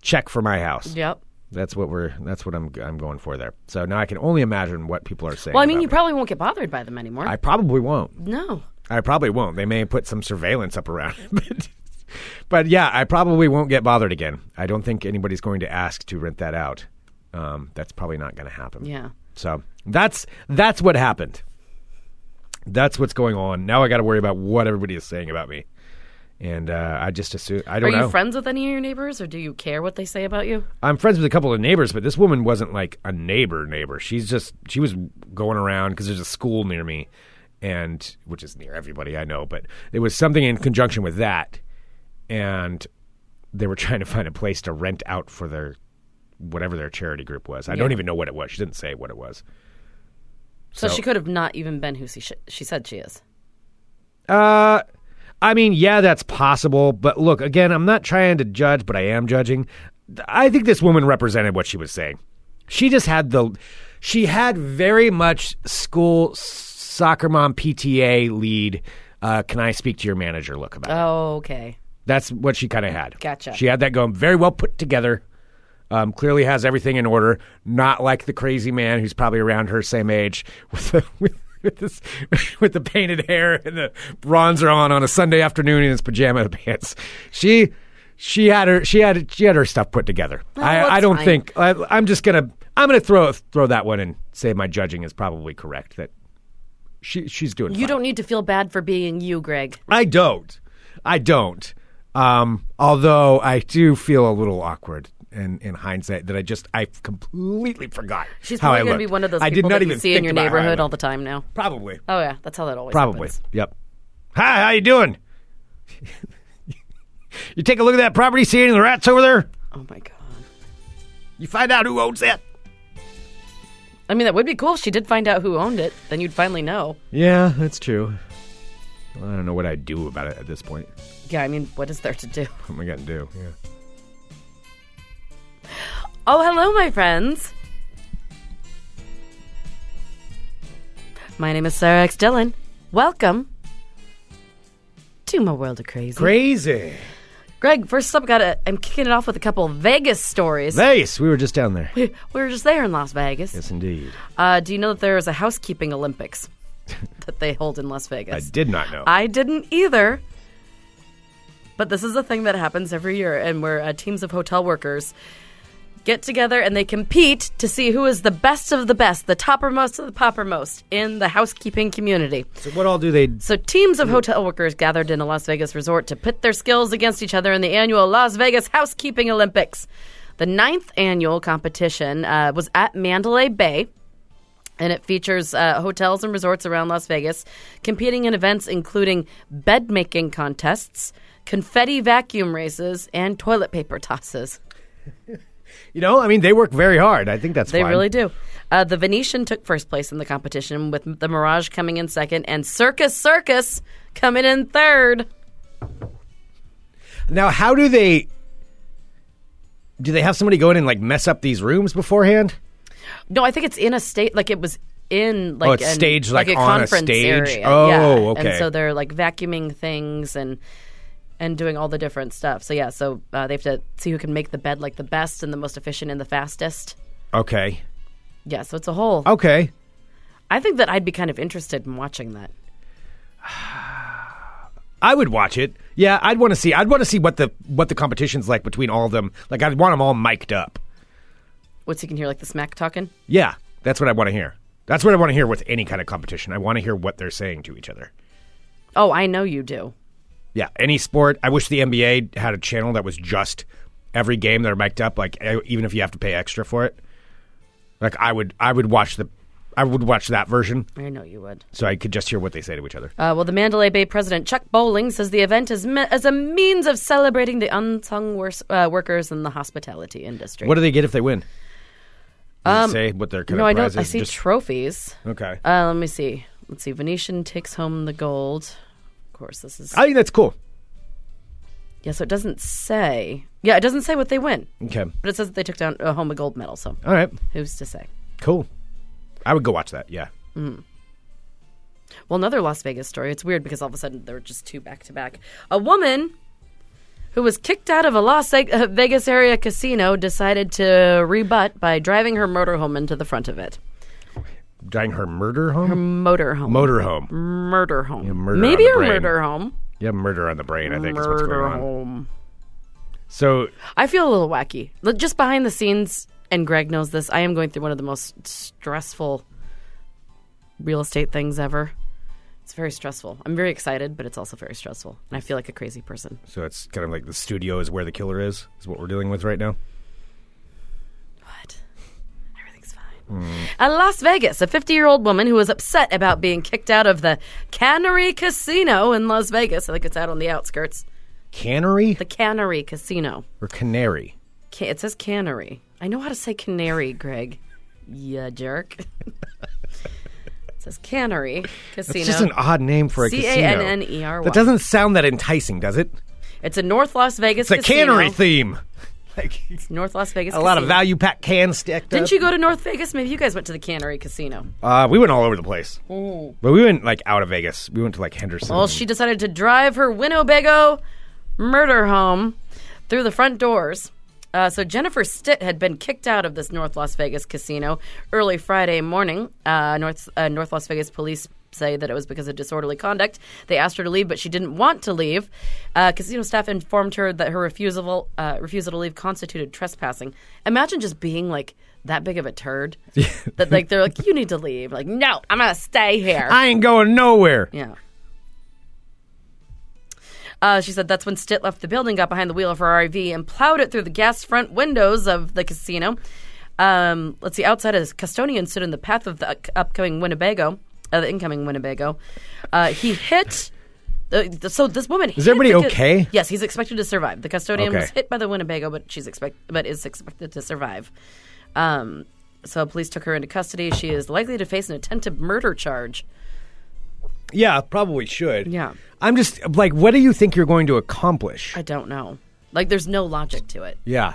E: check for my house.
F: Yep.
E: That's what we're. That's what I'm. I'm going for there. So now I can only imagine what people are saying.
F: Well, I mean,
E: about
F: you
E: me.
F: probably won't get bothered by them anymore.
E: I probably won't.
F: no.
E: I probably won't. They may put some surveillance up around it, but, but yeah, I probably won't get bothered again. I don't think anybody's going to ask to rent that out. Um, that's probably not going to happen.
F: Yeah.
E: So that's that's what happened. That's what's going on. Now I got to worry about what everybody is saying about me, and uh, I just assume I
F: Are
E: don't
F: you
E: know.
F: friends with any of your neighbors, or do you care what they say about you?
E: I'm friends with a couple of neighbors, but this woman wasn't like a neighbor neighbor. She's just she was going around because there's a school near me, and which is near everybody I know, but it was something in conjunction with that, and they were trying to find a place to rent out for their whatever their charity group was. I don't even know what it was. She didn't say what it was.
F: So,
E: So-
F: she could have not even been who she, sh- she said she is.
E: Uh, I mean, yeah, that's possible. But look, again, I'm not trying to judge, but I am judging. I think this woman represented what she was saying. She just had the, she had very much school soccer mom PTA lead. Uh, can I speak to your manager? Look about. it.
F: Oh, okay.
E: That's what she kind of had.
F: Gotcha.
E: She had that going very well put together. Um, clearly has everything in order. Not like the crazy man who's probably around her same age with the, with, with, this, with the painted hair and the bronzer on on a Sunday afternoon in his pajama pants. She she had her she had she had her stuff put together.
F: that's
E: I, I don't
F: fine.
E: think I, I'm just gonna I'm gonna throw throw that one and say my judging is probably correct that she she's doing.
F: You
E: fine.
F: don't need to feel bad for being you, Greg.
E: I don't. I don't. Um, although I do feel a little awkward in, in hindsight that I just I completely forgot.
F: She's
E: how
F: probably
E: I
F: going to be
E: looked.
F: one of those
E: I
F: people
E: did not
F: that
E: even
F: you see in
E: think
F: your
E: about how I
F: neighborhood all
E: looked.
F: the time now.
E: Probably.
F: Oh yeah, that's how that always
E: Probably.
F: happens.
E: Yep. Hi, how you doing? you take a look at that property, see any of the rats over there?
F: Oh my god.
E: You find out who owns that.
F: I mean, that would be cool if she did find out who owned it. Then you'd finally know.
E: Yeah, that's true. I don't know what I'd do about it at this point.
F: Yeah, I mean, what is there to do?
E: What am I gonna do? Yeah.
F: Oh, hello, my friends. My name is Sarah X Dillon. Welcome to my world of crazy.
E: Crazy.
F: Greg, first up, got to I'm kicking it off with a couple Vegas stories.
E: Vegas. We were just down there.
F: we were just there in Las Vegas.
E: Yes, indeed.
F: Uh, do you know that there is a housekeeping Olympics that they hold in Las Vegas?
E: I did not know.
F: I didn't either. But this is a thing that happens every year, and where uh, teams of hotel workers get together and they compete to see who is the best of the best, the toppermost of the poppermost in the housekeeping community.
E: so what all do they?
F: So, teams of hotel workers gathered in a Las Vegas resort to pit their skills against each other in the annual Las Vegas Housekeeping Olympics. The ninth annual competition uh, was at Mandalay Bay, and it features uh, hotels and resorts around Las Vegas competing in events including bed making contests, confetti vacuum races, and toilet paper tosses.
E: You know, I mean, they work very hard. I think that's
F: They
E: fine.
F: really do. Uh, the Venetian took first place in the competition, with the Mirage coming in second, and Circus Circus coming in third.
E: Now, how do they? Do they have somebody go in and like mess up these rooms beforehand?
F: No, I think it's in a state like it was in like
E: Oh, it's
F: an-
E: staged, like,
F: a
E: on a
F: conference
E: stage?
F: area.
E: Oh,
F: yeah.
E: okay.
F: And so they're like vacuuming things and and doing all the different stuff. So yeah, so uh, they have to see who can make the bed like the best and the most efficient and the fastest.
E: Okay.
F: Yeah, so it's a whole.
E: Okay.
F: I think that I'd be kind of interested in watching that.
E: I would watch it. Yeah, I'd want to see. I'd want to see what the what the competition's like between all of them. Like, I'd want them all mic'd up.
F: What's you can hear like the smack talking?
E: Yeah, that's what I want to hear. That's what I want to hear with any kind of competition. I want to hear what they're saying to each other.
F: Oh, I know you do.
E: Yeah, any sport. I wish the NBA had a channel that was just every game that are mic'd up. Like e- even if you have to pay extra for it, like I would, I would watch the, I would watch that version
F: I know you would.
E: so I could just hear what they say to each other.
F: Uh, well, the Mandalay Bay president, Chuck Bowling, says the event is me- as a means of celebrating the unsung wors- uh, workers in the hospitality industry.
E: What do they get if they win? Does it say what their kind
F: um, no,
E: of
F: I don't.
E: prize
F: I
E: is?
F: see
E: Just-
F: trophies.
E: okay,
F: Uh, let me see. Let's see. Venetian takes home the gold. Of course, this is.
E: I think that's cool.
F: yeah, so it doesn't say. Yeah, it doesn't say what they win,
E: Okay,
F: but it says that they took down uh, home a gold medal. So
E: all right,
F: who's to say?
E: cool. I would go watch that. Yeah,
F: Well, another Las Vegas story. It's weird because all of a sudden there were just two back to back. A woman who was kicked out of a Las Ve- uh, Vegas area casino decided to rebut by driving her motorhome into the front of it.
E: dying her murder home,
F: Motorhome.
E: motorhome.
F: murder home.
E: murder
F: Maybe
E: on
F: a
E: the brain.
F: murder home.
E: Yeah, murder on the brain. I think is what's
F: Murder
E: going on.
F: home.
E: So
F: I feel a little wacky. Look, Just behind the scenes, and Greg knows this, I am going through one of the most stressful real estate things ever. It's very stressful. I'm very excited, but it's also very stressful. And I feel like a crazy person.
E: So it's kind of like the studio is where the killer is, is what we're dealing with right now.
F: What? Everything's fine. At Las Vegas, a 50 year old woman who was upset about being kicked out of the Cannery Casino in Las Vegas. I think it's out on the outskirts.
E: Cannery
F: The Cannery Casino.
E: or canary?
F: Ca- It says cannery. I know how to say canary, Greg. Yeah, jerk. it says cannery casino.
E: It's just an odd name for a casino.
F: C-A-N-N-E-R-Y.
E: That doesn't sound that enticing, does it?
F: it's a North Las Vegas.
E: It's a
F: casino.
E: cannery theme. Like
F: North Las Vegas.
E: a lot of
F: casino.
E: value pack cans stacked
F: Didn't
E: up.
F: you go to North Vegas? Maybe you guys went to the cannery casino.
E: Uh, we went all over the place, but we went like out of Vegas. We went to like Henderson.
F: Well, she decided to drive her Winnebago murder home through the front doors. Uh, so Jennifer Stitt had been kicked out of this North Las Vegas casino early Friday morning. Uh, North uh, North Las Vegas police say that it was because of disorderly conduct. They asked her to leave, but she didn't want to leave. Uh, casino staff informed her that her refusal uh, refusal to leave constituted trespassing. Imagine just being like that big of a turd that like they're like you need to leave. Like no, I'm gonna stay here.
E: I ain't going nowhere.
F: Yeah. Uh, she said that's when Stitt left the building, got behind the wheel of her RV, and plowed it through the gas front windows of the casino. Um, let's see, outside a custodian stood in the path of the up- upcoming Winnebago, uh, the incoming Winnebago. Uh, he hit. Uh, so this woman is
E: everybody okay?
F: Yes, he's expected to survive. The custodian was
E: Okay.
F: hit by the Winnebago, but she's expect but is expected to survive. Um, so police took her into custody. She is likely to face an attempted murder charge.
E: Yeah, probably should.
F: Yeah.
E: I'm just like, what do you think you're going to accomplish?
F: I don't know. Like, there's no logic to it.
E: Yeah.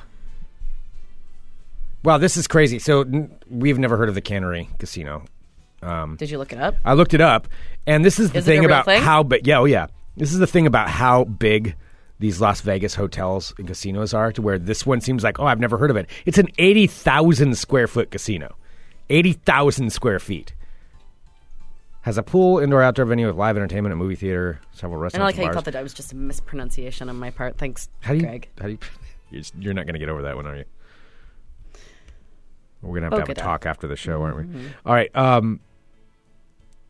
E: Wow, this is crazy. So n- we've never heard of the Cannery Casino. Hmm.
F: Did you look it up?
E: I looked it up, and this is the
F: Is it a
E: thing
F: real
E: about
F: thing?
E: how big. Yeah, oh yeah. This is the thing about how big these Las Vegas hotels and casinos are, to where this one seems like, oh, I've never heard of it. It's an 80,000 square foot casino, 80,000 square feet. Has a pool, indoor outdoor venue with live entertainment, a movie theater, several
F: And I like
E: restaurants.
F: how you
E: bars.
F: thought that I was just a mispronunciation on my part. Thanks,
E: How do you?
F: Greg.
E: How do you? You're, just- you're not going to get over that one, are you? We're gonna have to have a
F: Okada.
E: talk after the show, aren't
F: Mm-hmm.
E: we? All right. Um.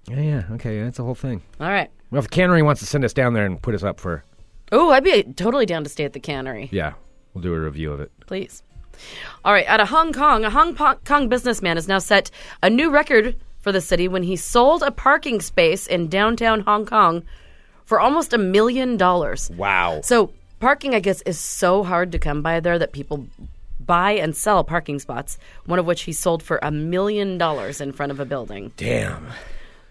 E: Yeah, yeah. Okay, that's the whole thing.
F: All right.
E: Well, if Cannery wants to send us down there and put us up for,
F: Oh, I'd be totally down to stay at the cannery.
E: yeah, we'll do a review of it.
F: Please. All right. Out of Hong Kong, a Hong Po- Kong businessman has now set a new record for the city when he sold a parking space in downtown Hong Kong for almost a million dollars.
E: Wow.
F: So parking, I guess, is so hard to come by there that people buy and sell parking spots. One of which he sold for a million dollars in front of a building.
E: Damn.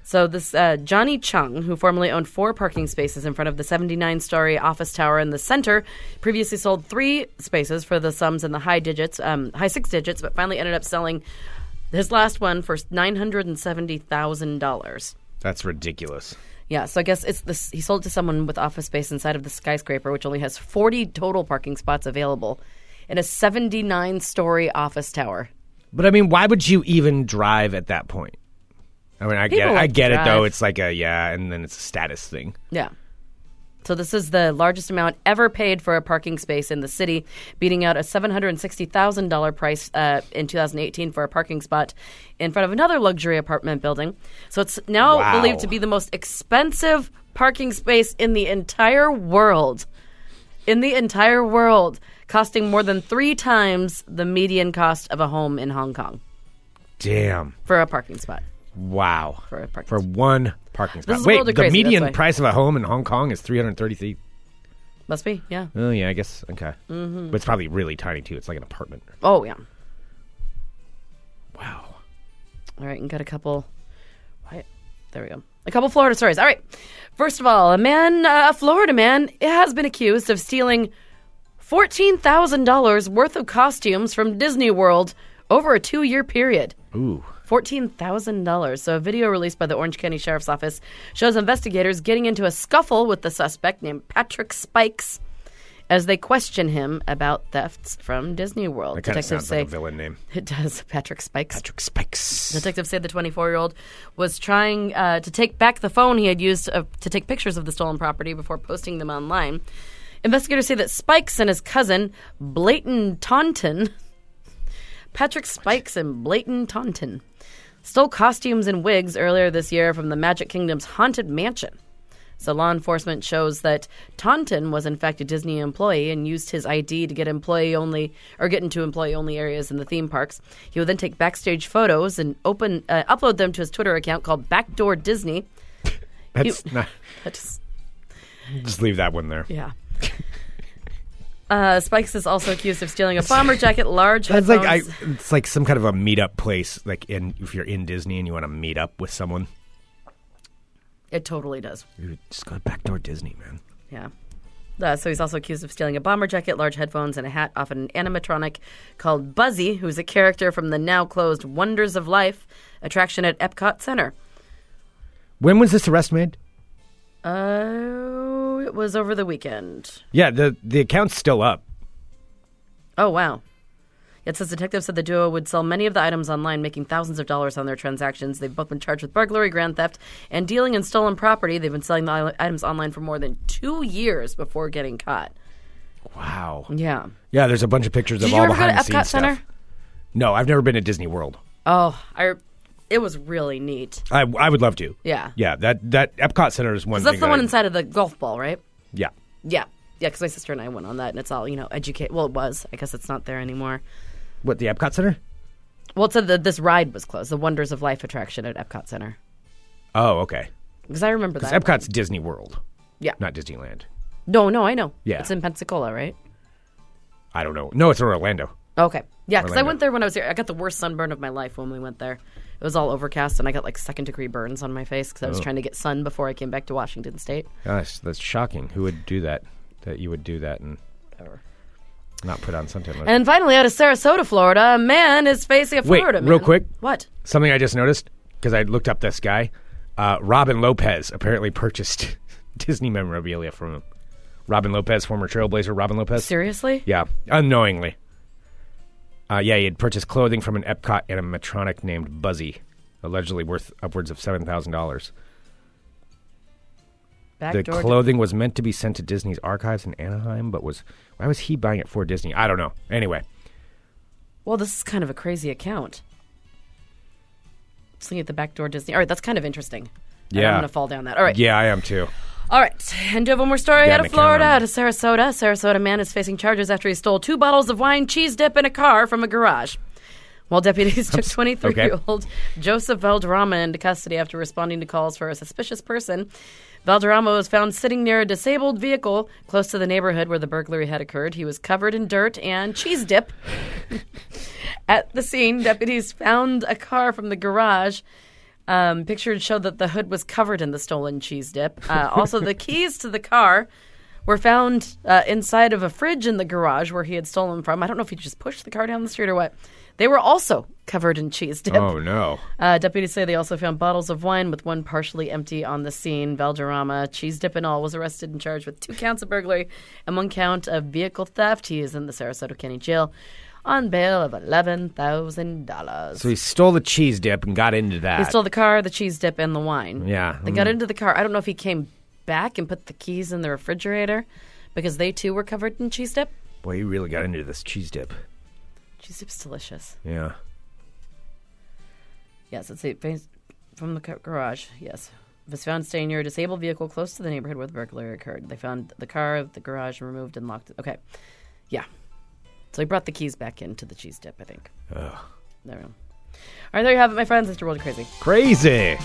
F: So this uh, Johnny Chung, who formerly owned four parking spaces in front of the 79-story office tower in the center, previously sold three spaces for the sums in the high digits, um, high six digits, but finally ended up selling his last one for nine hundred and seventy thousand dollars.
E: That's ridiculous.
F: Yeah, so I guess it's this. He sold it to someone with office space inside of the skyscraper, which only has forty total parking spots available, in a seventy-nine-story office tower.
E: But I mean, why would you even drive at that point? I mean, I get
F: People
E: it. I
F: like to
E: get it though.
F: drive.
E: It's like a yeah, and then it's a status thing.
F: Yeah. So this is the largest amount ever paid for a parking space in the city, beating out a seven hundred and sixty thousand dollar price uh, in 2018 for a parking spot in front of another luxury apartment building. So it's now
E: Wow.
F: believed to be the most expensive parking space in the entire world. In the entire world, costing more than three times the median cost of a home in Hong Kong
E: Damn.
F: for a parking spot.
E: Wow.
F: For a parking
E: For
F: spot.
E: one parking spot.
F: is a
E: Wait,
F: little bit
E: the
F: crazy, that's
E: median
F: why.
E: price of a home in Hong Kong is three hundred thirty-three.
F: Must be, yeah.
E: Oh yeah, I guess okay.
F: Mm-hmm.
E: But it's probably really tiny too. It's like an apartment.
F: Oh yeah.
E: Wow.
F: All right, and got a couple. Why? There we go. A couple Florida stories. All right. First of all, a man, uh, a Florida man, has been accused of stealing fourteen thousand dollars worth of costumes from Disney World over a two-year period.
E: Ooh.
F: $14,000. So, a video released by the Orange County Sheriff's Office shows investigators getting into a scuffle with the suspect named Patrick Spikes as they question him about thefts from Disney World.
E: That kind of sounds
F: Detectives say
E: like a villain name.
F: it does. Patrick Spikes.
E: Patrick Spikes.
F: Detectives say the 24 year old was trying uh, to take back the phone he had used uh, to take pictures of the stolen property before posting them online. Investigators say that Spikes and his cousin, Blayton Taunton, Patrick Spikes and Blayton Taunton, stole costumes and wigs earlier this year from the Magic Kingdom's Haunted Mansion. So law enforcement shows that Taunton was in fact a Disney employee and used his ID to get employee only or get into employee only areas in the theme parks. He would then take backstage photos and open uh, upload them to his Twitter account called Backdoor Disney.
E: That's not,
F: That's,
E: just leave that one there.
F: yeah. Uh, Spikes is also accused of stealing a bomber jacket, large
E: That's
F: headphones.
E: like I, it's like some kind of a meetup place. Like in if you're in Disney and you want to meet up with someone,
F: it totally does.
E: you just go to backdoor Disney, man.
F: Yeah. Uh, so he's also accused of stealing a bomber jacket, large headphones, and a hat off an animatronic called Buzzy, who's a character from the now closed Wonders of Life attraction at Epcot Center.
E: When was this arrest made?
F: Oh, it was over the weekend.
E: Yeah, the the account's still up.
F: Oh, wow. It says detectives said the duo would sell many of the items online, making thousands of dollars on their transactions. They've both been charged with burglary, grand theft, and dealing in stolen property. They've been selling the i- items online for more than two years before getting caught.
E: Wow.
F: Yeah.
E: Yeah, there's a bunch of pictures
F: Did
E: of
F: you
E: all
F: ever go to
E: behind the
F: Epcot
E: scenes
F: Center?
E: stuff. No, I've never been to Disney World.
F: Oh, I. It was really neat.
E: I, I would love to.
F: Yeah.
E: Yeah, that that Epcot Center is one.
F: So that's
E: thing
F: the
E: that
F: one
E: I-
F: inside of the golf ball, right?
E: Yeah.
F: Yeah. Yeah, because my sister and I went on that, and it's all, you know, educate. Well, it was. I guess it's not there anymore.
E: What the Epcot Center?
F: Well, it said that this ride was closed, the Wonders of Life attraction at Epcot Center.
E: Oh, okay.
F: Because I remember that.
E: Epcot's Disney World,
F: Yeah.
E: not Disneyland.
F: No, no, I know.
E: Yeah.
F: It's in Pensacola, right?
E: I don't know. No, it's in Orlando.
F: Okay. Yeah, because I
E: Orlando.
F: went there when I was here. I got the worst sunburn of my life when we went there. It was all overcast, and I got like second degree burns on my face because I
E: Oh.
F: was trying to get sun before I came back to Washington State.
E: Gosh, that's shocking. Who would do that? That you would do that and not put on suntan lotion.
F: And finally, out of Sarasota, Florida, a man is facing a
E: Wait,
F: Florida man.
E: real quick.
F: What?
E: Something I just noticed because I looked up this guy, uh, Robin Lopez apparently purchased Disney memorabilia from him. Robin Lopez, former Trailblazer Robin Lopez.
F: Seriously?
E: Yeah, unknowingly. Uh, yeah, he had purchased clothing from an Epcot animatronic named Buzzy, allegedly worth upwards of seven thousand dollars. The
F: Backdoor.
E: clothing was meant to be sent to Disney's archives in Anaheim, but was why was he buying it for Disney? I don't know. Anyway,
F: well, this is kind of a crazy account. Just looking at the backdoor Disney. All right, that's kind of interesting. And
E: Yeah.
F: I'm gonna fall down that. All right.
E: yeah, I am too.
F: All right, and do you have one more story
E: Yeah,
F: out of
E: McCann.
F: Florida, out of Sarasota. A Sarasota man is facing charges after he stole two bottles of wine, cheese dip, and a car from a garage. While deputies took 23 year old Joseph Valderrama into custody after responding to calls for a suspicious person, Valderrama was found sitting near a disabled vehicle close to the neighborhood where the burglary had occurred. He was covered in dirt and cheese dip. At the scene, deputies found a car from the garage. Um, pictures showed that the hood was covered in the stolen cheese dip. Uh, also, the keys to the car were found uh, inside of a fridge in the garage where he had stolen from. I don't know if he just pushed the car down the street or what. They were also covered in cheese dip.
E: Oh no.
F: Uh, deputies say they also found bottles of wine with one partially empty on the scene. Valderrama, cheese dip and all, was arrested and charged with two counts of burglary and one count of vehicle theft. He is in the Sarasota County Jail on bail of eleven thousand dollars.
E: So he stole the cheese dip and got into that.
F: He stole the car, the cheese dip, and the wine.
E: Yeah,
F: They got into the car. I don't know if he came back and put the keys in the refrigerator because they too were covered in cheese dip.
E: Boy, he really got into this cheese dip.
F: Cheese dip's delicious.
E: Yeah.
F: Yes, it's a face- from the ca- garage. Yes. Was found staying near a disabled vehicle close to the neighborhood where the burglary occurred. They found the car, the garage, and removed and locked it. Okay. Yeah. So he brought the keys back into the cheese dip, I think. Ugh. There we go. All right, there you have it, my friends. It's your world of crazy.
E: Crazy.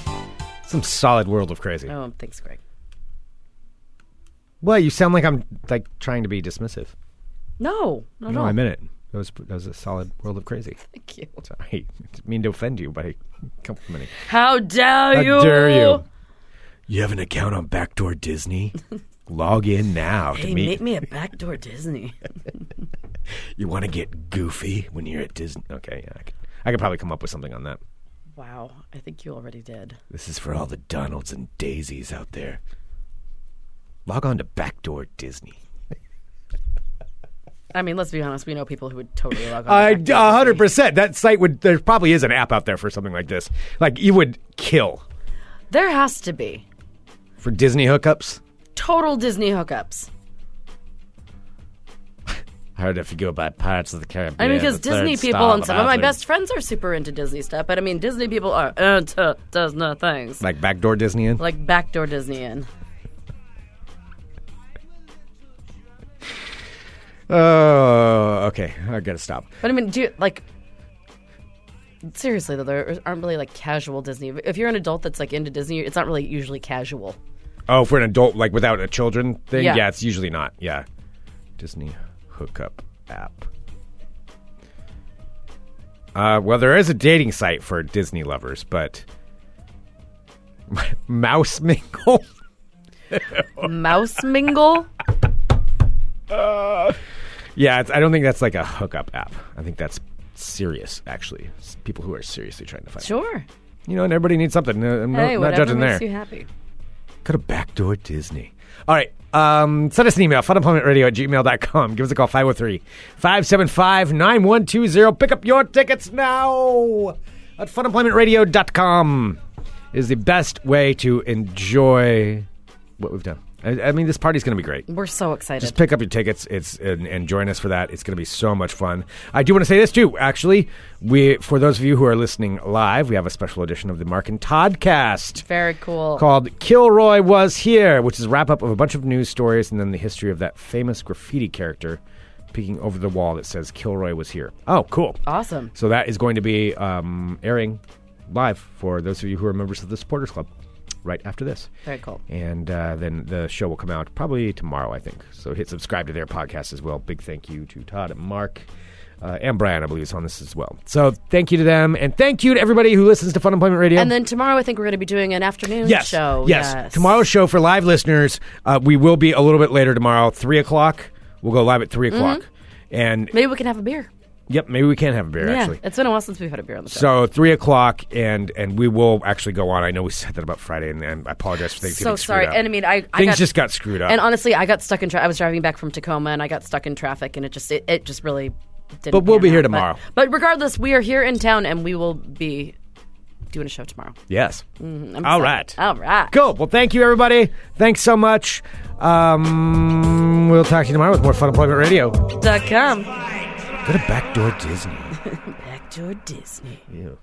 E: Some solid world of crazy.
F: Oh, thanks, Greg.
E: Well, you sound like I'm like trying to be dismissive.
F: Oh, No, not at
E: No,
F: all.
E: I meant it. That was that was a solid world of crazy.
F: Thank you.
E: Sorry, didn't mean to offend you by complimenting.
F: How dare you?
E: You have an account on Backdoor Disney. Log in now
F: Hey, make me a backdoor Disney.
E: You want to get goofy when you're at Disney? Okay, yeah, I could, I could probably come up with something on that.
F: wow, I think you already did.
E: This is for all the Donalds and Daisies out there. Log on to Backdoor Disney.
F: I mean, let's be honest. We know people who would totally log on.
E: I
F: to
E: a hundred percent. That site would. There probably is an app out there for something like this. Like you would kill
F: Backdoor. There has to be
E: for Disney hookups.
F: total Disney hookups.
E: Hard if you go by Pirates of the Caribbean.
F: I mean, because Disney people and some of my best friends are super into Disney stuff. But I mean, Disney people are into Disney things
E: like backdoor Disney in.
F: like backdoor Disney in.
E: Oh, okay. I gotta stop.
F: But I mean, do you, like seriously though, there aren't really like casual Disney. If you're an adult that's like into Disney, it's not really usually casual.
E: Oh, for an adult, like without a children thing.
F: Yeah.
E: Yeah, it's usually not. Yeah, Disney hookup app. Uh, well, there is a dating site for Disney lovers, but Mouse Mingle.
F: Mouse mingle.
E: Yeah, it's, I don't think that's like a hookup app. I think that's serious, actually. It's people who are seriously trying to find.
F: Sure.
E: You know, and everybody needs something. No, I'm no-
F: hey,
E: not
F: whatever
E: judging
F: makes
E: there.
F: you happy.
E: Go to backdoor Disney. All right. Um, send us an email, funemploymentradio at gmail.com. Give us a call, 503 575 9120. Pick up your tickets now at funemploymentradio.com. Is the best way to enjoy what we've done. I, I mean, this party's going to be great.
F: We're so excited.
E: Just pick up your tickets. It's and, and join us for that. It's going to be so much fun. I do want to say this too. Actually, we for those of you who are listening live, we have a special edition of the Mark and Todd cast
F: Very cool.
E: called Kilroy Was Here, which is a wrap up of a bunch of news stories and then the history of that famous graffiti character peeking over the wall that says Kilroy was here. Oh, cool.
F: Awesome.
E: So that is going to be um, airing live for those of you who are members of the supporters club right after this.
F: Very cool.
E: And uh, then the show will come out probably tomorrow, I think. So hit subscribe to their podcast as well. Big thank you to Todd and Mark. Uh, and Brian, I believe, is on this as well. So thank you to them, and thank you to everybody who listens to Fun Employment Radio.
F: And then tomorrow, I think we're going to be doing an afternoon
E: yes,
F: show.
E: yes, tomorrow's show for live listeners. Uh, we will be a
F: Mm-hmm.
E: little bit later tomorrow, three o'clock. We'll go live at three o'clock, and
F: Maybe we can have a beer.
E: Yep, maybe we can have a beer
F: yeah,
E: actually.
F: it's been a while since we've had a beer on the show.
E: So three o'clock, and and we will actually go on. I know we said that about Friday, and, and I apologize for things.
F: So
E: getting
F: sorry.
E: screwed up.
F: And I mean, I, I
E: things
F: got,
E: just got screwed up.
F: And honestly, I got stuck in. Tra- I was driving back from Tacoma, and I got stuck in traffic, and it just it, it just really didn't.
E: But we'll
F: pan
E: be here
F: out.
E: tomorrow.
F: But, but regardless, we are here in town, and we will be doing a show tomorrow.
E: yes.
F: I'm
E: All
F: excited.
E: right.
F: All right.
E: Cool. Well, thank you, everybody. Thanks so much. Um, we'll talk to you tomorrow with more Fun Employment Radio. Go
F: Dot com.
E: to Backdoor Disney.
F: Back to Disney.
E: Ew.